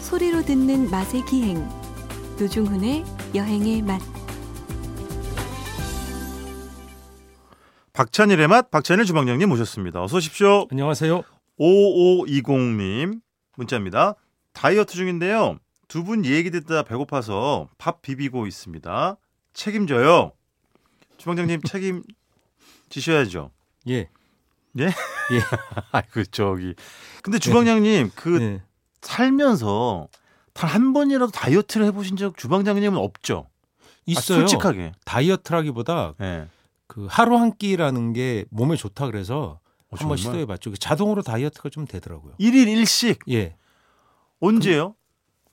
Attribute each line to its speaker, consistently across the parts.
Speaker 1: 소리로 듣는 맛의 기행 노중훈의 여행의 맛
Speaker 2: 박찬일의 맛 박찬일 주방장님 모셨습니다. 어서 오십시오.
Speaker 3: 안녕하세요.
Speaker 2: 5520님 문자입니다. 다이어트 중인데요. 두 분 얘기 듣다 배고파서 밥 비비고 있습니다. 책임져요. 주방장님 책임지셔야죠.
Speaker 3: 예.
Speaker 2: 아그 저기. 근데 주방장님 그
Speaker 3: 예.
Speaker 2: 살면서 단 한 번이라도 다이어트를 해보신 적 주방장님은 없죠. 아,
Speaker 3: 있어요.
Speaker 2: 솔직하게.
Speaker 3: 다이어트라기보다
Speaker 2: 예.
Speaker 3: 그 하루 한 끼라는 게 몸에 좋다 그래서
Speaker 2: 어,
Speaker 3: 한번
Speaker 2: 정말?
Speaker 3: 시도해 봤죠. 그 자동으로 다이어트가 좀 되더라고요.
Speaker 2: 일일 일식
Speaker 3: 예.
Speaker 2: 언제요?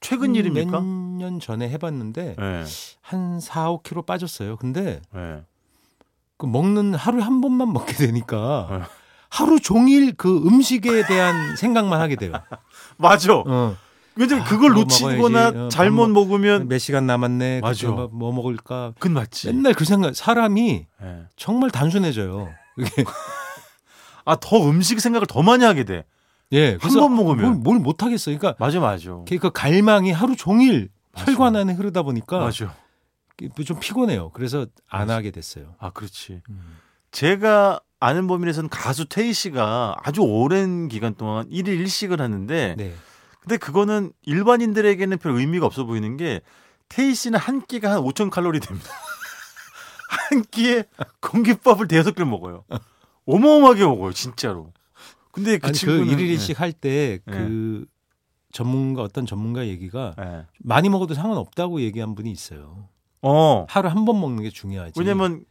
Speaker 2: 최근
Speaker 3: 음,
Speaker 2: 일입니까?
Speaker 3: 몇년 전에 해 봤는데
Speaker 2: 예.
Speaker 3: 한 4, 5kg 빠졌어요. 근데
Speaker 2: 예.
Speaker 3: 그 먹는 하루에 한 번만 먹게 되니까
Speaker 2: 어.
Speaker 3: 하루 종일 그 음식에 대한 생각만 하게 돼요.
Speaker 2: 맞아.
Speaker 3: 어.
Speaker 2: 왜냐면 그걸
Speaker 3: 아, 뭐 먹어야지. 음.
Speaker 2: 놓치거나
Speaker 3: 어,
Speaker 2: 잘못
Speaker 3: 밥
Speaker 2: 먹으면
Speaker 3: 몇 시간 남았네.
Speaker 2: 맞아. 네.
Speaker 3: 그때 막뭐 먹을까?
Speaker 2: 그건 맞지.
Speaker 3: 맨날 그 생각 사람이
Speaker 2: 예.
Speaker 3: 정말 단순해져요. 이게
Speaker 2: 아 더 음식 생각을 더 많이 하게 돼.
Speaker 3: 예,
Speaker 2: 한 번 먹으면
Speaker 3: 뭘 못 하겠어. 그러니까
Speaker 2: 맞아 맞아.
Speaker 3: 그 갈망이 하루 종일
Speaker 2: 맞아.
Speaker 3: 혈관 안에 흐르다 보니까
Speaker 2: 맞아.
Speaker 3: 좀 피곤해요. 그래서 안
Speaker 2: 맞아.
Speaker 3: 하게 됐어요.
Speaker 2: 아 그렇지. 제가 아는 범인에서는 가수 태희 씨가 아주 오랜 기간 동안 일일 일식을 하는데
Speaker 3: 네,
Speaker 2: 근데 그거는 일반인들에게는 별 의미가 없어 보이는 게 태희 씨는 한 끼가 한 5천 칼로리 됩니다. 한 끼에 공깃밥을 대여섯 개 먹어요. 어마어마하게 먹어요, 진짜로. 근데 그
Speaker 3: 아니 그
Speaker 2: 친구는
Speaker 3: 일일일식 할 때
Speaker 2: 네.
Speaker 3: 그 전문가 어떤 전문가 얘기가
Speaker 2: 예, 예.
Speaker 3: 많이 먹어도 상관없다고 얘기한 분이 있어요.
Speaker 2: 어.
Speaker 3: 하루 한 번 먹는 게 중요하지.
Speaker 2: 왜냐면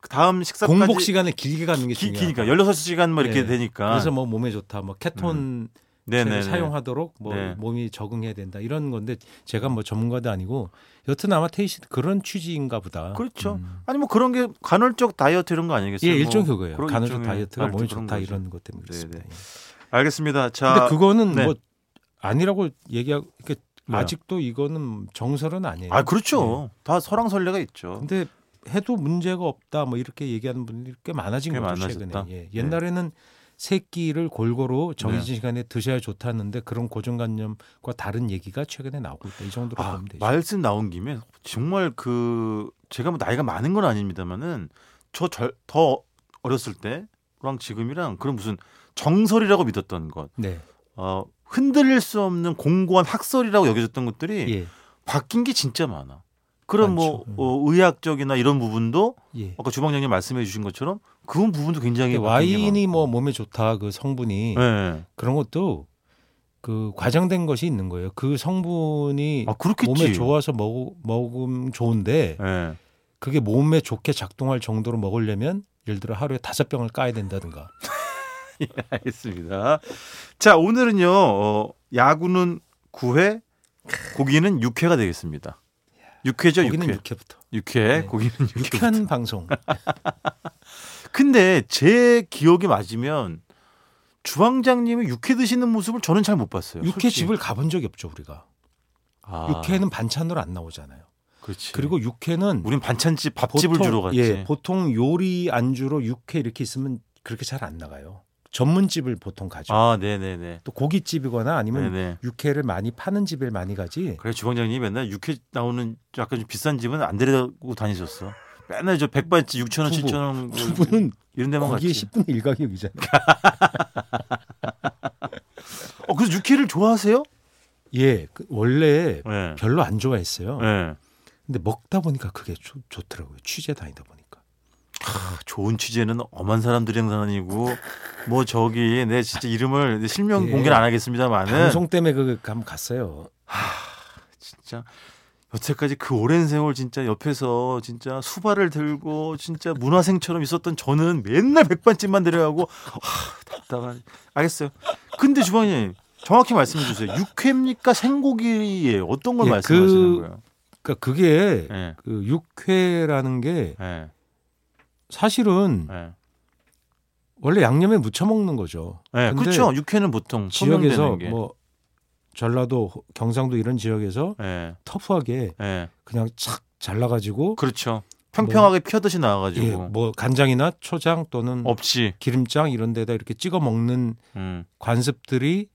Speaker 2: 그 다음 식사까지
Speaker 3: 공복 시간을 길게 갖는 게
Speaker 2: 기,
Speaker 3: 중요해.
Speaker 2: 기니까 16시간 뭐 이렇게
Speaker 3: 네.
Speaker 2: 되니까.
Speaker 3: 그래서 뭐 몸에 좋다, 뭐 케톤
Speaker 2: 음. 네네.
Speaker 3: 를 사용하도록 뭐
Speaker 2: 네.
Speaker 3: 몸이 적응해야 된다 이런 건데 제가 뭐 전문가도 아니고 여튼 아마 테이시 그런 취지인가 보다.
Speaker 2: 그렇죠.
Speaker 3: 음.
Speaker 2: 아니 뭐 그런 게 간헐적 다이어트 이런 거 아니겠어요?
Speaker 3: 예,
Speaker 2: 뭐
Speaker 3: 일종 그거예요.
Speaker 2: 그런
Speaker 3: 간헐적
Speaker 2: 일종의
Speaker 3: 다이어트가 몸에
Speaker 2: 그런
Speaker 3: 좋다
Speaker 2: 거죠.
Speaker 3: 이런 것 때문에
Speaker 2: 네,
Speaker 3: 그렇습니다.
Speaker 2: 네.
Speaker 3: 예.
Speaker 2: 알겠습니다. 자.
Speaker 3: 근데 그거는
Speaker 2: 네.
Speaker 3: 뭐 아니라고 얘기하고 이렇게
Speaker 2: 뭐요?
Speaker 3: 아직도 이거는 정설은 아니에요.
Speaker 2: 아, 그렇죠.
Speaker 3: 예.
Speaker 2: 다 설왕설래가 있죠.
Speaker 3: 근데 해도 문제가 없다 뭐 이렇게 얘기하는 분들이 꽤 많아진
Speaker 2: 꽤
Speaker 3: 거죠
Speaker 2: 많아졌다. 네.
Speaker 3: 최근에. 예. 옛날에는 세 끼를 골고루 정해진 시간에 드셔야 좋다는데 그런 고정관념과 다른 얘기가 최근에 나오고 있다. 이 정도로
Speaker 2: 아,
Speaker 3: 보면 되죠.
Speaker 2: 말씀 나온 김에 정말 그 제가 뭐 나이가 많은 건 아닙니다만은 저 더 어렸을 때랑 지금이랑 그런 무슨 정설이라고 믿었던 것,
Speaker 3: 네.
Speaker 2: 어, 흔들릴 수 없는 공고한 학설이라고 여겨졌던 것들이
Speaker 3: 예.
Speaker 2: 바뀐 게 진짜 많아. 그런 뭐
Speaker 3: 많죠. 음.
Speaker 2: 어, 의학적이나 이런 부분도
Speaker 3: 예.
Speaker 2: 아까 주방장님 말씀해 주신 것처럼 그런 부분도 어, 굉장히 바뀐 게
Speaker 3: 와인이 뭐 몸에 좋다 그 성분이
Speaker 2: 많아. 예.
Speaker 3: 그런 것도 그 과장된 것이 있는 거예요. 그 성분이
Speaker 2: 아 그렇겠지.
Speaker 3: 몸에 좋아서 먹, 먹으면 좋은데
Speaker 2: 예.
Speaker 3: 그게 몸에 좋게 작동할 정도로 먹으려면 예를 들어 하루에 다섯 병을 까야 된다든가.
Speaker 2: 알겠습니다. 자, 오늘은요, 어, 야구는 9회, 고기는 6회가 되겠습니다. 6회죠, 네,
Speaker 3: 거기는
Speaker 2: 6회.
Speaker 3: 6회부터.
Speaker 2: 6회,
Speaker 3: 네.
Speaker 2: 고기는 6회.
Speaker 3: 유쾌한 방송.
Speaker 2: 근데 제 기억이 맞으면 주방장님이 6회 드시는 모습을 저는 잘 못 봤어요.
Speaker 3: 육회 집을 가본 적이 없죠 우리가.
Speaker 2: 아,
Speaker 3: 육회는 반찬으로 안 나오잖아요.
Speaker 2: 그렇지.
Speaker 3: 그리고 육회는
Speaker 2: 우린 반찬집, 밥집을
Speaker 3: 보통-
Speaker 2: 주로 갔지.
Speaker 3: 예, 보통 요리 안주로 육회 이렇게 있으면 그렇게 잘 안 나가요. 전문집을 보통 가죠.
Speaker 2: 아, 네네네.
Speaker 3: 또 고깃집이거나 아니면
Speaker 2: 네네.
Speaker 3: 육회를 많이 파는 집에 많이 가지.
Speaker 2: 그래, 주방장님이 맨날 6회 나오는 약간 좀 비싼 집은 안 데리고 다니셨어. 맨날 저 백반집 6천원,
Speaker 3: 두부.
Speaker 2: 7천원
Speaker 3: 두 분은
Speaker 2: 이런 데만 갔지.
Speaker 3: 거기에 10분의 1 가격이잖아요.
Speaker 2: 어, 그래서 6회를 좋아하세요?
Speaker 3: 예, 그 원래
Speaker 2: 네.
Speaker 3: 별로 안 좋아했어요.
Speaker 2: 네.
Speaker 3: 근데 먹다 보니까 그게 좋, 좋더라고요. 취재 다니다 보니까.
Speaker 2: 아, 좋은 취재는 엄한 사람들이 행사하고 뭐 저기 내 진짜 이름을 내 실명
Speaker 3: 예.
Speaker 2: 공개는 안 하겠습니다만은
Speaker 3: 방송 때문에 그 한번 갔어요.
Speaker 2: 진짜 여태까지 그 오랜 세월 진짜 옆에서 진짜 수발을 들고 진짜 문화생처럼 있었던 저는 맨날 백반집만 데려가고 하, 답답한 알겠어요. 근데 주방님 정확히 말씀해 주세요. 육회입니까 생고기예요? 어떤 걸
Speaker 3: 예,
Speaker 2: 말씀하시는
Speaker 3: 그-
Speaker 2: 거예요?
Speaker 3: 그러니까 그게
Speaker 2: 예.
Speaker 3: 그 육회라는 게
Speaker 2: 예.
Speaker 3: 사실은
Speaker 2: 예.
Speaker 3: 원래 양념에 무쳐 먹는 거죠.
Speaker 2: 예,
Speaker 3: 근데
Speaker 2: 그렇죠. 육회는 보통
Speaker 3: 지역에서
Speaker 2: 소명되는 게.
Speaker 3: 뭐 전라도, 경상도 이런 지역에서
Speaker 2: 예.
Speaker 3: 터프하게
Speaker 2: 예.
Speaker 3: 그냥 착 잘라가지고
Speaker 2: 그렇죠. 평평하게 피어듯이 나와가지고
Speaker 3: 뭐 예, 뭐 간장이나 초장
Speaker 2: 어.
Speaker 3: 또는
Speaker 2: 없지.
Speaker 3: 기름장 이런 데다 이렇게 찍어 먹는
Speaker 2: 음.
Speaker 3: 관습들이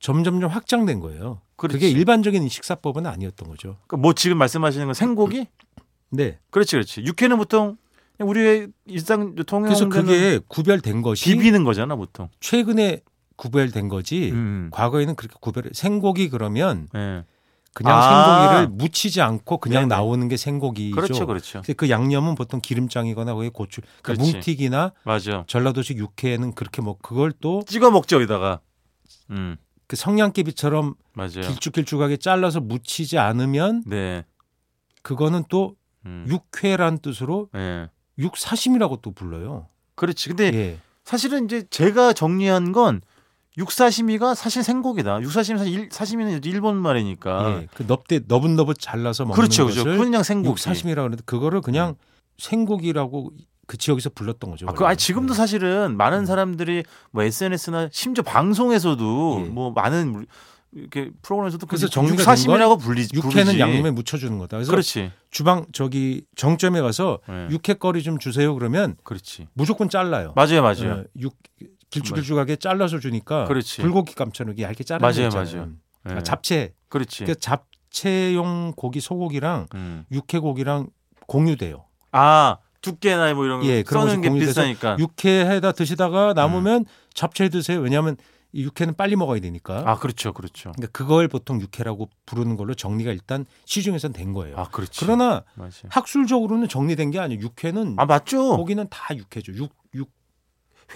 Speaker 3: 점점점 확장된 거예요.
Speaker 2: 그렇지.
Speaker 3: 그게 일반적인 식사법은 아니었던 거죠.
Speaker 2: 그러니까 뭐 지금 말씀하시는 건 생고기?
Speaker 3: 네.
Speaker 2: 그렇지, 그렇지. 육회는 보통 그냥 우리의 일상
Speaker 3: 그래서
Speaker 2: 통용하는 데는
Speaker 3: 그게 구별된 것이
Speaker 2: 비비는 거잖아, 보통.
Speaker 3: 최근에 구별된 거지.
Speaker 2: 음.
Speaker 3: 과거에는 그렇게 구별 생고기 그러면
Speaker 2: 예.
Speaker 3: 그냥
Speaker 2: 아.
Speaker 3: 생고기를 무치지 않고 그냥
Speaker 2: 네네.
Speaker 3: 나오는 게 생고기죠.
Speaker 2: 그렇죠, 그렇죠.
Speaker 3: 근데 그 양념은 보통 기름장이거나 거기 고추, 그러니까
Speaker 2: 그렇지.
Speaker 3: 뭉티기나
Speaker 2: 맞아.
Speaker 3: 전라도식 육회는 그렇게 뭐 그걸 또
Speaker 2: 찍어 먹지 여기다가. 음,
Speaker 3: 그 성냥개비처럼
Speaker 2: 맞아요.
Speaker 3: 길쭉길쭉하게 잘라서 무치지 않으면
Speaker 2: 네.
Speaker 3: 그거는 또
Speaker 2: 음.
Speaker 3: 육회란 뜻으로
Speaker 2: 예.
Speaker 3: 육사심이라고 또 불러요.
Speaker 2: 그렇지. 근데
Speaker 3: 예.
Speaker 2: 사실은 이제 제가 정리한 건 육사시미가 사실 생고기다. 육사시미 사실 일, 사시미는 일본 말이니까.
Speaker 3: 예. 그 넙대 너붓너붓 잘라서 먹는
Speaker 2: 아. 그렇죠, 그렇죠.
Speaker 3: 것을
Speaker 2: 그냥 생고기.
Speaker 3: 육사심이라고 그러는데 그거를 그냥 생고기라고 그 지역에서 불렀던 거죠. 예.
Speaker 2: 아, 그
Speaker 3: 원래는.
Speaker 2: 아니 지금도 사실은
Speaker 3: 음.
Speaker 2: 많은 사람들이 뭐 SNS나 심지어 방송에서도
Speaker 3: 예.
Speaker 2: 뭐 많은 물- 이렇게 프로그램에서도
Speaker 3: 그래서
Speaker 2: 그
Speaker 3: 정리가 된
Speaker 2: 육사심이라고 불리지.
Speaker 3: 육회는
Speaker 2: 부르지.
Speaker 3: 양념에 묻혀주는 거다. 그래서
Speaker 2: 그렇지.
Speaker 3: 주방 저기 정점에 가서
Speaker 2: 예.
Speaker 3: 육회거리 좀 주세요 그러면
Speaker 2: 그렇지.
Speaker 3: 무조건 잘라요.
Speaker 2: 맞아요, 맞아요.
Speaker 3: 예, 육 길쭉길쭉하게 잘라서 주니까
Speaker 2: 그렇지.
Speaker 3: 불고기 감처럼 얇게 자르는
Speaker 2: 맞아요,
Speaker 3: 거 있잖아요.
Speaker 2: 예.
Speaker 3: 아, 잡채.
Speaker 2: 그렇지.
Speaker 3: 그 잡채용 고기 소고기랑
Speaker 2: 음.
Speaker 3: 육회고기랑 공유돼요.
Speaker 2: 아 두께나 뭐 이런
Speaker 3: 예,
Speaker 2: 거
Speaker 3: 그런
Speaker 2: 써는
Speaker 3: 것이
Speaker 2: 게
Speaker 3: 공유돼서
Speaker 2: 비싸니까.
Speaker 3: 육회에다 드시다가
Speaker 2: 음.
Speaker 3: 남으면 잡채 드세요. 왜냐하면 이 육회는 빨리 먹어야 되니까.
Speaker 2: 아 그렇죠, 그렇죠.
Speaker 3: 근데 그걸 보통 육회라고 부르는 걸로 정리가 일단 시중에선 된 거예요.
Speaker 2: 아 그렇지.
Speaker 3: 그러나
Speaker 2: 맞아.
Speaker 3: 학술적으로는 정리된 게 아니에요. 육회는
Speaker 2: 아 맞죠.
Speaker 3: 고기는 다 육회죠. 육, 육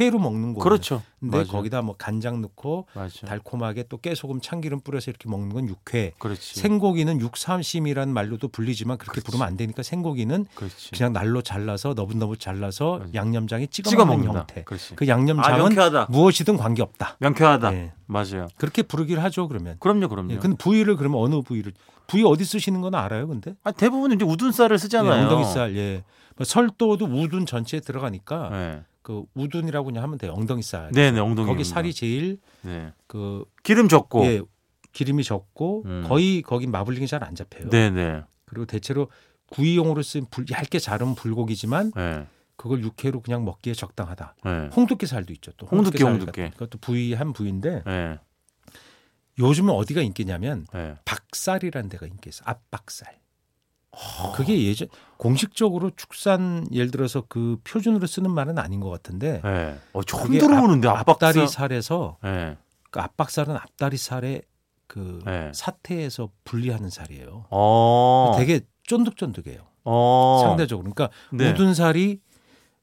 Speaker 3: 회로 먹는 거예요.
Speaker 2: 그렇죠. 음.
Speaker 3: 근데
Speaker 2: 맞아.
Speaker 3: 거기다 뭐 간장 넣고
Speaker 2: 맞아.
Speaker 3: 달콤하게 또 깨소금 참기름 뿌려서 이렇게 먹는 건 육회.
Speaker 2: 그렇지.
Speaker 3: 생고기는 육삼심이라는 말로도 불리지만 그렇게
Speaker 2: 그렇지.
Speaker 3: 부르면 안 되니까 생고기는
Speaker 2: 그렇지.
Speaker 3: 그냥 날로 잘라서 너분너분 잘라서
Speaker 2: 맞아.
Speaker 3: 양념장에 찍어,
Speaker 2: 찍어
Speaker 3: 먹는
Speaker 2: 먹는다.
Speaker 3: 형태.
Speaker 2: 그렇지. 아,
Speaker 3: 그 양념장은
Speaker 2: 명쾌하다.
Speaker 3: 무엇이든 관계없다.
Speaker 2: 명쾌하다.
Speaker 3: 예.
Speaker 2: 맞아요.
Speaker 3: 그렇게 부르기를 하죠 그러면.
Speaker 2: 그럼요, 그럼요.
Speaker 3: 예, 근데 부위를 그러면 어느 부위를 부위 어디 쓰시는 건 알아요 근데?
Speaker 2: 아, 대부분 이제 우둔살을 쓰잖아요.
Speaker 3: 예, 엉덩이살. 예. 뭐 설도도 우둔 전체에 들어가니까
Speaker 2: 네,
Speaker 3: 그 우둔이라고 그냥 하면 돼요. 엉덩이살.
Speaker 2: 네, 네, 엉덩이.
Speaker 3: 거기 살이 제일
Speaker 2: 네.
Speaker 3: 그
Speaker 2: 기름 적고.
Speaker 3: 예, 기름이 적고
Speaker 2: 음.
Speaker 3: 거의 거긴 마블링이 잘 안 잡혀요.
Speaker 2: 네, 네.
Speaker 3: 그리고 대체로 구이용으로 쓴 불- 얇게 자른 불고기지만
Speaker 2: 네.
Speaker 3: 그걸 육회로 그냥 먹기에 적당하다.
Speaker 2: 네.
Speaker 3: 홍두깨살도 있죠. 또
Speaker 2: 홍두깨,
Speaker 3: 홍두깨살
Speaker 2: 홍두깨.
Speaker 3: 같은 그것도 부위 한 부위인데
Speaker 2: 네.
Speaker 3: 요즘은 어디가 인기냐면
Speaker 2: 네.
Speaker 3: 박살이라는 데가 인기 있어. 앞박살. 그게 예전 공식적으로 축산 예를 들어서 그 표준으로 쓰는 말은 아닌 것 같은데
Speaker 2: 네. 어, 처음
Speaker 3: 그게
Speaker 2: 들어보는데
Speaker 3: 앞-
Speaker 2: 압박살.
Speaker 3: 앞다리 살에서
Speaker 2: 네.
Speaker 3: 그 앞박살은 앞다리 살의 그
Speaker 2: 네.
Speaker 3: 사태에서 분리하는 살이에요.
Speaker 2: 어.
Speaker 3: 되게 쫀득쫀득해요.
Speaker 2: 어.
Speaker 3: 상대적으로. 그러니까
Speaker 2: 네.
Speaker 3: 모든 살이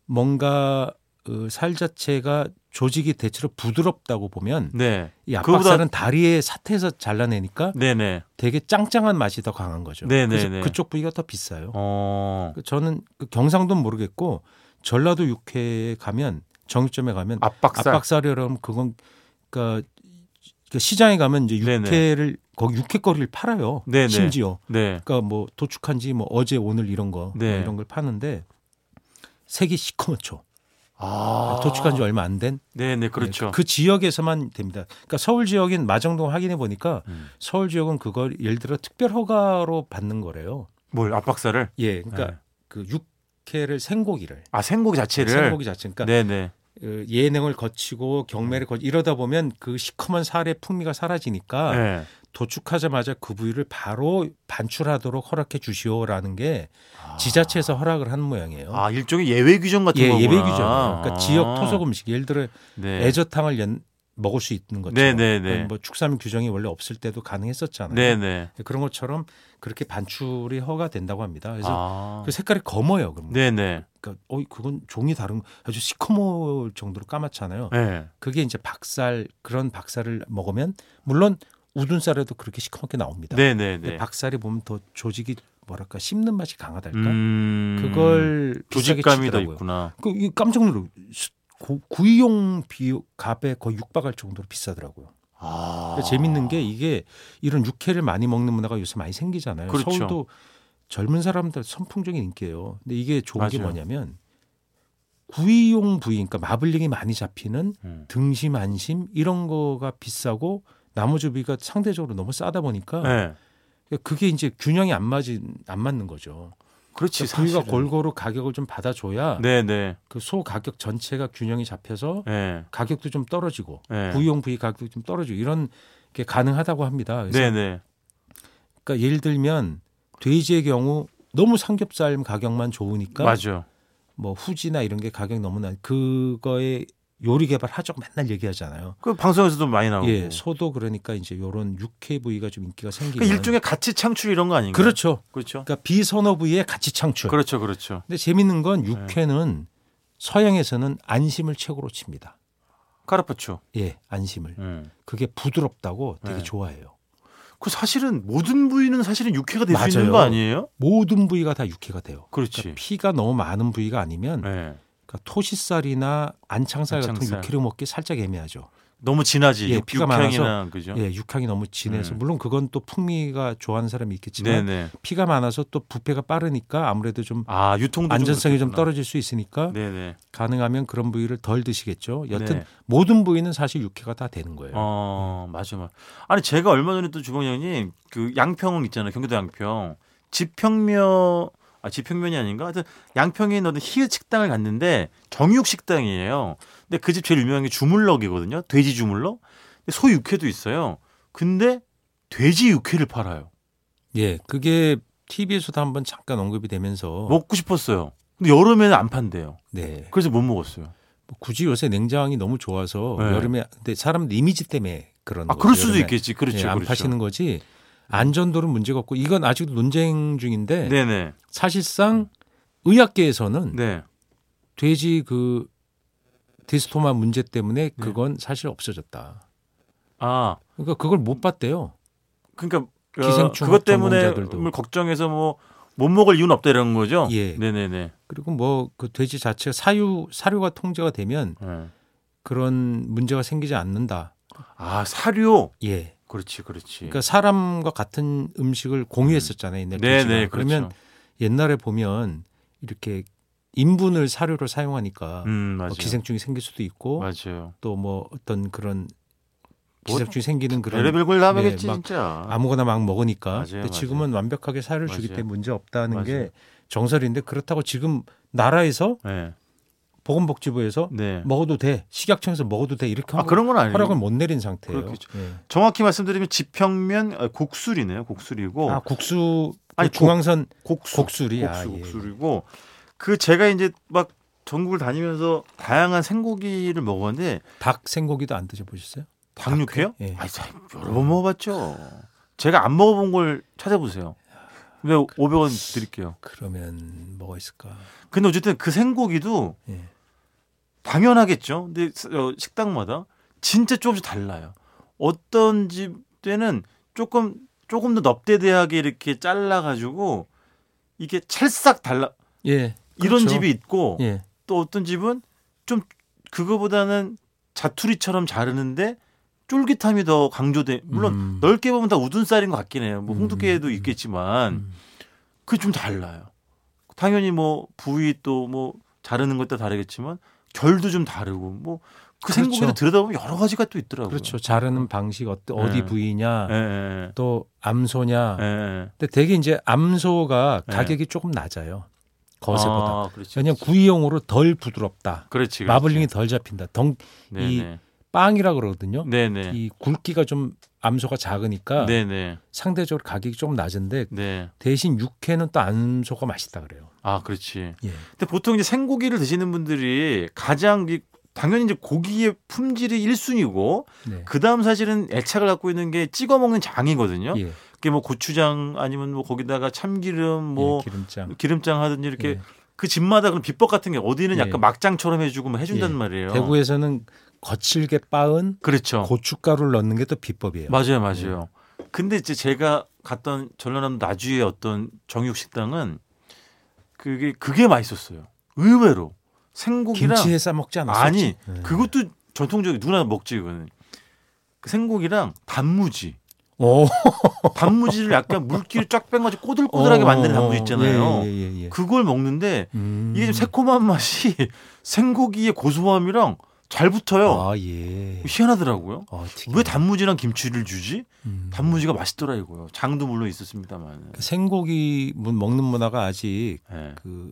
Speaker 3: 뭔가 어, 살 자체가 조직이 대체로 부드럽다고 보면
Speaker 2: 네.
Speaker 3: 이
Speaker 2: 그거보다-
Speaker 3: 앞박살은 다리의 사태에서 잘라내니까
Speaker 2: 네, 네.
Speaker 3: 되게 짱짱한 맛이 더 강한 거죠.
Speaker 2: 네, 네,
Speaker 3: 그래서
Speaker 2: 네.
Speaker 3: 그쪽 부위가 더 비싸요.
Speaker 2: 어.
Speaker 3: 그 저는 그 경상도는 모르겠고 전라도 육회에 가면 정육점에 가면
Speaker 2: 압박살.
Speaker 3: 압박살이라면 그건 그러니까 그 시장에 가면 이제
Speaker 2: 네네.
Speaker 3: 육회를 거기 육회거리를 팔아요.
Speaker 2: 네네.
Speaker 3: 심지어
Speaker 2: 네.
Speaker 3: 그러니까 뭐 도축한지 뭐 어제 오늘 이런 거
Speaker 2: 네.
Speaker 3: 이런 걸 파는데 색이 시커멓죠.
Speaker 2: 아.
Speaker 3: 도축한지 얼마 안 된.
Speaker 2: 네, 네,
Speaker 3: 네,
Speaker 2: 그렇죠.
Speaker 3: 그 지역에서만 됩니다. 그러니까 서울 지역인 마정동 확인해 보니까
Speaker 2: 음.
Speaker 3: 서울 지역은 그걸 예를 들어 특별 허가로 받는 거래요.
Speaker 2: 뭘 압박살을?
Speaker 3: 예, 그러니까
Speaker 2: 네.
Speaker 3: 그 육회를 생고기를
Speaker 2: 아, 생고기 자체를.
Speaker 3: 생고기 자체, 그러니까
Speaker 2: 네, 네.
Speaker 3: 어, 예냉을 거치고 경매를 거치 이러다 보면 그 시커먼 살의 풍미가 사라지니까
Speaker 2: 네.
Speaker 3: 도축하자마자 그 부위를 바로 반출하도록 허락해 주시오라는 게 지자체에서 허락을 한 모양이에요.
Speaker 2: 아 일종의 예외 규정 같은
Speaker 3: 예,
Speaker 2: 거구나.
Speaker 3: 예배 규정. 그러니까
Speaker 2: 아.
Speaker 3: 지역 토속 음식 예를 들어
Speaker 2: 네.
Speaker 3: 애저탕을 연- 먹을 수 있는
Speaker 2: 네,
Speaker 3: 것처럼
Speaker 2: 네, 네.
Speaker 3: 뭐 축산 규정이 원래 없을 때도 가능했었잖아요.
Speaker 2: 네, 네.
Speaker 3: 그런 것처럼 그렇게 반출이 허가된다고 합니다. 그래서
Speaker 2: 아.
Speaker 3: 그 색깔이 검어요. 그럼
Speaker 2: 네, 네.
Speaker 3: 그러니까 어 그건 종이 다른 아주 시커멀 정도로 까맣잖아요.
Speaker 2: 네.
Speaker 3: 그게 이제 박살 그런 박살을 먹으면 물론 우둔살에도 그렇게 시커멓게 나옵니다.
Speaker 2: 네, 네,
Speaker 3: 근데
Speaker 2: 네.
Speaker 3: 박살이 보면 더 조직이 뭐랄까 씹는 맛이 강하달까.
Speaker 2: 음.
Speaker 3: 그걸 비싸게
Speaker 2: 조직감이 더
Speaker 3: 치더라고요.
Speaker 2: 있구나.
Speaker 3: 그 이거 깜짝 놀라. 수- 고- 구이용 비 값에 거의 육박할 정도로 비싸더라고요.
Speaker 2: 아.
Speaker 3: 그러니까 재밌는 게 이게 이런 육회를 많이 먹는 문화가 요새 많이 생기잖아요.
Speaker 2: 그렇죠.
Speaker 3: 서울도 젊은 사람들 선풍적인 인기예요. 근데 이게 좋은 게
Speaker 2: 맞아요.
Speaker 3: 뭐냐면 구이용 부위, 그러니까 마블링이 많이 잡히는
Speaker 2: 음.
Speaker 3: 등심, 안심 이런 거가 비싸고 나머지 부위가 상대적으로 너무 싸다 보니까
Speaker 2: 네.
Speaker 3: 그게 이제 균형이 안 맞은 안 맞는 거죠.
Speaker 2: 그렇지.
Speaker 3: 그러니까 부위가
Speaker 2: 사실은.
Speaker 3: 골고루 가격을 좀 받아줘야
Speaker 2: 네, 네.
Speaker 3: 그 소 가격 전체가 균형이 잡혀서
Speaker 2: 네.
Speaker 3: 가격도 좀 떨어지고
Speaker 2: 네.
Speaker 3: 부위용 부위 가격도 좀 떨어지고 이런 그게 가능하다고 합니다. 그래서
Speaker 2: 네네.
Speaker 3: 그러니까 예를 들면 돼지의 경우 너무 삼겹살 가격만 좋으니까
Speaker 2: 맞아.
Speaker 3: 뭐 후지나 이런 게 가격이 너무 나 그거에 요리 개발 하죠 맨날 얘기하잖아요.
Speaker 2: 그 방송에서도 많이 나오고.
Speaker 3: 예, 소도 그러니까 이제 요런 육회 부위가 좀 인기가 생기는
Speaker 2: 그러니까 일종의 가치 창출 이런 거 아닌가요?
Speaker 3: 그렇죠. 네.
Speaker 2: 그렇죠.
Speaker 3: 그러니까 비선호 부위의 가치 창출.
Speaker 2: 그렇죠. 그렇죠.
Speaker 3: 근데 재밌는 건 육회는 서양에서는 안심을 최고로 칩니다.
Speaker 2: 카라파초.
Speaker 3: 예, 안심을.
Speaker 2: 음.
Speaker 3: 그게 부드럽다고 되게
Speaker 2: 네.
Speaker 3: 좋아해요.
Speaker 2: 그 사실은 모든 부위는 사실은 육회가 될 수
Speaker 3: 맞아요.
Speaker 2: 있는 거 아니에요?
Speaker 3: 모든 부위가 다 육회가 돼요.
Speaker 2: 그렇지.
Speaker 3: 그러니까 피가 너무 많은 부위가 아니면
Speaker 2: 예.
Speaker 3: 그러니까 토시살이나 안창살 같은
Speaker 2: 안창살.
Speaker 3: 육회를 먹기 살짝 애매하죠.
Speaker 2: 너무 진하지.
Speaker 3: 예,
Speaker 2: 육-
Speaker 3: 피가
Speaker 2: 육향이나 그죠?
Speaker 3: 예, 육향이 너무 진해서
Speaker 2: 음.
Speaker 3: 물론 그건 또 풍미가 좋아하는 사람이 있겠지만
Speaker 2: 네네.
Speaker 3: 피가 많아서 또 부패가 빠르니까 아무래도 좀
Speaker 2: 아 유통도
Speaker 3: 안전성이 좀
Speaker 2: 그렇겠구나.
Speaker 3: 떨어질 수 있으니까
Speaker 2: 네네.
Speaker 3: 가능하면 그런 부위를 덜 드시겠죠. 여튼
Speaker 2: 네.
Speaker 3: 모든 부위는 사실 육회가 다 되는 거예요.
Speaker 2: 어 맞아 맞아. 아니 제가 얼마 전에 또 주방장님 그 양평 있잖아요. 경기도 양평 지평면 아 지평면이 아닌가? 하여튼 양평에 있는 어떤 히읗 식당을 갔는데 정육 식당이에요. 근데 그 집 제일 유명한 게 주물럭이거든요. 돼지 주물럭. 근데 소 육회도 있어요. 근데 돼지 육회를 팔아요.
Speaker 3: 예, 그게 TV에서도 한번 잠깐 언급이 되면서
Speaker 2: 먹고 싶었어요. 근데 여름에는 안 판대요.
Speaker 3: 네,
Speaker 2: 그래서 못 먹었어요.
Speaker 3: 뭐 굳이 요새 냉장이 너무 좋아서
Speaker 2: 네.
Speaker 3: 여름에 근데 사람 이미지 때문에 그런
Speaker 2: 아
Speaker 3: 거죠.
Speaker 2: 그럴 수도
Speaker 3: 여름에
Speaker 2: 있겠지.
Speaker 3: 예,
Speaker 2: 그렇죠.
Speaker 3: 안
Speaker 2: 그렇죠.
Speaker 3: 파시는 거지 안전도는 문제가 없고 이건 아직도 논쟁 중인데
Speaker 2: 네네.
Speaker 3: 사실상 의학계에서는
Speaker 2: 네.
Speaker 3: 돼지 그 디스토마 문제
Speaker 2: 네.
Speaker 3: 때문에 그건 사실 없어졌다.
Speaker 2: 아
Speaker 3: 그러니까 그걸 못 봤대요.
Speaker 2: 그러니까 어,
Speaker 3: 기생충
Speaker 2: 그것 때문에
Speaker 3: 전공자들도.
Speaker 2: 뭘 걱정해서 뭐 못 먹을 이유는 없다 이런 거죠.
Speaker 3: 예.
Speaker 2: 네네네.
Speaker 3: 그리고 뭐 그 돼지 자체가 사유 사료가 통제가 되면
Speaker 2: 예.
Speaker 3: 그런 문제가 생기지 않는다.
Speaker 2: 아 사료.
Speaker 3: 예.
Speaker 2: 그렇지 그렇지.
Speaker 3: 그러니까 사람과 같은 음식을 공유했었잖아요. 옛날
Speaker 2: 네네
Speaker 3: 돼지가. 그러면
Speaker 2: 그렇죠.
Speaker 3: 옛날에 보면 이렇게 인분을 사료로 사용하니까
Speaker 2: 음
Speaker 3: 뭐
Speaker 2: 맞아요.
Speaker 3: 기생충이 생길 수도 있고
Speaker 2: 맞아요.
Speaker 3: 또 뭐 어떤 그런
Speaker 2: 뭐
Speaker 3: 기생충이 생기는 그런 네,
Speaker 2: 별의별 걸 나가겠지
Speaker 3: 막
Speaker 2: 진짜.
Speaker 3: 아무거나 막 먹으니까
Speaker 2: 맞아요,
Speaker 3: 근데 지금은 완벽하게 사료를 주기
Speaker 2: 맞아요.
Speaker 3: 때문에 문제 없다는
Speaker 2: 맞아요.
Speaker 3: 게 정설인데 그렇다고 지금 나라에서
Speaker 2: 네.
Speaker 3: 보건복지부에서
Speaker 2: 네.
Speaker 3: 먹어도 돼 식약청에서 먹어도 돼 이렇게
Speaker 2: 아
Speaker 3: 하고
Speaker 2: 그런 건 아니에요.
Speaker 3: 뭐 허락을 못 내린 상태예요.
Speaker 2: 그렇겠죠.
Speaker 3: 예.
Speaker 2: 정확히 말씀드리면 지평면 아, 곡술이네요. 곡술이고
Speaker 3: 아 국수
Speaker 2: 어. 아니,
Speaker 3: 아니 중앙선
Speaker 2: 곡수.
Speaker 3: 곡술이 아,
Speaker 2: 곡수
Speaker 3: 예.
Speaker 2: 곡술이고 그 제가 이제 막 전국을 다니면서 다양한 생고기를 먹었는데
Speaker 3: 닭 생고기도 안 드셔보셨어요?
Speaker 2: 당육회요?
Speaker 3: 예.
Speaker 2: 아니, 참, 여러 번 먹어봤죠. 제가 안 먹어본 걸 찾아보세요. 근데 500원 드릴게요.
Speaker 3: 그러면 뭐가 있을까?
Speaker 2: 근데 어쨌든 그 생고기도
Speaker 3: 예.
Speaker 2: 당연하겠죠. 근데 스- 어, 식당마다 진짜 조금씩 달라요. 어떤 집 때는 조금 조금 더 넙대대하게 이렇게 잘라가지고 이게 찰싹 달라
Speaker 3: 예.
Speaker 2: 이런
Speaker 3: 그렇죠.
Speaker 2: 집이 있고
Speaker 3: 예.
Speaker 2: 또 어떤 집은 좀 그거보다는 자투리처럼 자르는데 쫄깃함이 더 강조돼 물론
Speaker 3: 음.
Speaker 2: 넓게 보면 다 우둔살인 것 같긴 해요. 뭐
Speaker 3: 음.
Speaker 2: 홍두깨도 있겠지만
Speaker 3: 음.
Speaker 2: 그게 좀 달라요. 당연히 뭐 부위 또 뭐 자르는 것도 다르겠지만 결도 좀 다르고 뭐 그
Speaker 3: 그렇죠.
Speaker 2: 생고기도 들여다보면 여러 가지가 또 있더라고요.
Speaker 3: 그렇죠. 자르는 방식 어디,
Speaker 2: 예.
Speaker 3: 어디 부위냐
Speaker 2: 예, 예,
Speaker 3: 또 암소냐.
Speaker 2: 예, 예.
Speaker 3: 근데 되게 이제 암소가
Speaker 2: 예.
Speaker 3: 가격이 조금 낮아요. 거세보다.
Speaker 2: 아, 그렇죠. 그렇지.
Speaker 3: 왜냐면 구이용으로 덜 부드럽다.
Speaker 2: 그렇지. 그렇지.
Speaker 3: 마블링이 덜 잡힌다. 덩 이-
Speaker 2: 네네.
Speaker 3: 빵이라 그러거든요.
Speaker 2: 네네.
Speaker 3: 이 굵기가 좀 암소가 작으니까
Speaker 2: 네네.
Speaker 3: 상대적으로 가격이 조금 낮은데
Speaker 2: 네.
Speaker 3: 대신 육회는 또 암소가 맛있다 그래요.
Speaker 2: 아, 그렇지.
Speaker 3: 예.
Speaker 2: 근데 보통 이제 생고기를 드시는 분들이 가장 이- 당연히 이제 고기의 품질이 1순위고
Speaker 3: 네.
Speaker 2: 그다음 사실은 애착을 갖고 있는 게 찍어 먹는 장이거든요.
Speaker 3: 예.
Speaker 2: 그게 뭐 고추장 아니면 뭐 거기다가 참기름
Speaker 3: 뭐
Speaker 2: 뭐
Speaker 3: 기름장.
Speaker 2: 기름장 하든지 이렇게
Speaker 3: 예.
Speaker 2: 그 집마다 그런 비법 같은 게 어디는
Speaker 3: 예.
Speaker 2: 약간 막장처럼 해주고 뭐 해준단
Speaker 3: 예.
Speaker 2: 말이에요.
Speaker 3: 대구에서는 거칠게 빻은
Speaker 2: 그렇죠.
Speaker 3: 고춧가루를 예. 넣는 게 또 비법이에요.
Speaker 2: 맞아요, 맞아요. 근데 이제 제가 갔던 전라남도 나주의 어떤 정육 식당은 그게 그게 맛있었어요. 의외로 생고기랑
Speaker 3: 김치에 싸 먹지 않았어요?
Speaker 2: 아니
Speaker 3: 예.
Speaker 2: 그것도 전통적인 누나 먹지 이거는 그 생고기랑 단무지
Speaker 3: 오.
Speaker 2: 단무지를 약간 물기를 쫙 뺀거지 꼬들꼬들하게 만드는
Speaker 3: 어,
Speaker 2: 단무지 있잖아요.
Speaker 3: 예, 예, 예, 예.
Speaker 2: 그걸 먹는데
Speaker 3: 음.
Speaker 2: 이게 좀 새콤한 맛이 생고기의 고소함이랑 잘 붙어요.
Speaker 3: 아 예.
Speaker 2: 희한하더라고요.
Speaker 3: 아, 특이해.
Speaker 2: 왜 단무지랑 김치를 주지?
Speaker 3: 음. 그
Speaker 2: 단무지가 맛있더라 이거요. 장도 물론 있었습니다만.
Speaker 3: 생고기 문- 먹는 문화가 아직
Speaker 2: 예.
Speaker 3: 그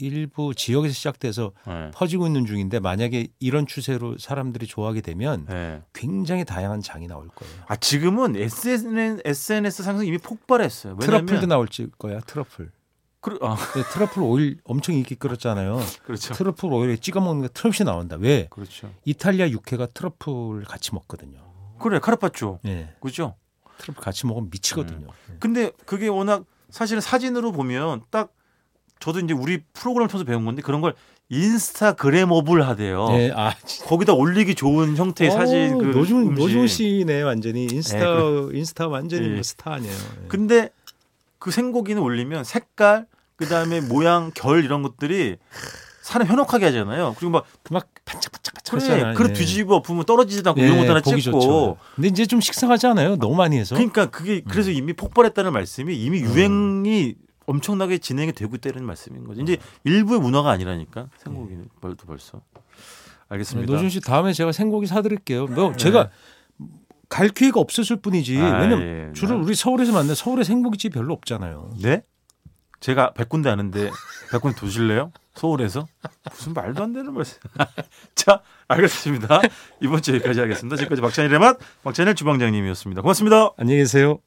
Speaker 3: 일부 지역에서 시작돼서
Speaker 2: 네.
Speaker 3: 퍼지고 있는 중인데 만약에 이런 추세로 사람들이 좋아하게 되면
Speaker 2: 네.
Speaker 3: 굉장히 다양한 장이 나올 거예요.
Speaker 2: 아 지금은 SNS SNS 상승 이미 폭발했어요. 왜냐면
Speaker 3: 트러플도 나올 거야. 트러플.
Speaker 2: 그, 아,
Speaker 3: 근데 트러플 오일 엄청 인기 끌었잖아요.
Speaker 2: 그렇죠.
Speaker 3: 트러플 오일에 찍어 먹는 거 트러플이 나온다. 왜?
Speaker 2: 그렇죠.
Speaker 3: 이탈리아 육회가 트러플 같이 먹거든요.
Speaker 2: 그래 카르파초.
Speaker 3: 예.
Speaker 2: 그죠?
Speaker 3: 트러플 같이 먹으면 미치거든요. 예.
Speaker 2: 근데 그게 워낙 사실은 사진으로 보면 딱 저도 이제 우리 프로그램을 통해서 배운 건데 그런 걸 인스타그램업을 하대요.
Speaker 3: 예, 아, 진짜.
Speaker 2: 거기다 올리기 좋은 형태의 사진 그
Speaker 3: 어, 노중
Speaker 2: 음식.
Speaker 3: 노중 씨네 완전히 인스타
Speaker 2: 예,
Speaker 3: 인스타 완전히
Speaker 2: 예.
Speaker 3: 뭐 스타 아니에요. 예.
Speaker 2: 근데 그 생고기는 올리면 색깔 그다음에 모양 결 이런 것들이 사람 현혹하게 하잖아요. 그리고 막
Speaker 3: 막 반짝반짝반짝
Speaker 2: 그래
Speaker 3: 하잖아요.
Speaker 2: 그릇
Speaker 3: 예.
Speaker 2: 뒤집어 엎으면 떨어지지도 않고
Speaker 3: 예,
Speaker 2: 이런 것도 하나
Speaker 3: 보기
Speaker 2: 찍고
Speaker 3: 좋죠. 근데 이제 좀 식상하지 않아요? 너무 많이 해서.
Speaker 2: 그러니까 그게
Speaker 3: 음.
Speaker 2: 그래서 이미 폭발했다는 말씀이 이미 유행이 엄청나게 진행이 되고 있다는 말씀인 거죠. 이제
Speaker 3: 음.
Speaker 2: 일부의 문화가 아니라니까 생고기는 벌도 벌써. 알겠습니다.
Speaker 3: 예. 네,
Speaker 2: 예.
Speaker 3: 노준 씨 다음에 제가 생고기 사드릴게요. 뭐 제가 갈 기회가 없었을 뿐이지.
Speaker 2: 아,
Speaker 3: 왜냐면
Speaker 2: 예.
Speaker 3: 주로 우리 서울에서 만나 서울에 생고기집 별로 없잖아요.
Speaker 2: 네? 제가 백 군데 아는데 백 군데 도실래요? 서울에서? 무슨 말도 안 되는 말씀. 자, 알겠습니다. 이번 주 여기까지 하겠습니다. 지금까지 박찬일의 맛, 박찬일 주방장님이었습니다. 고맙습니다.
Speaker 3: 안녕히 계세요.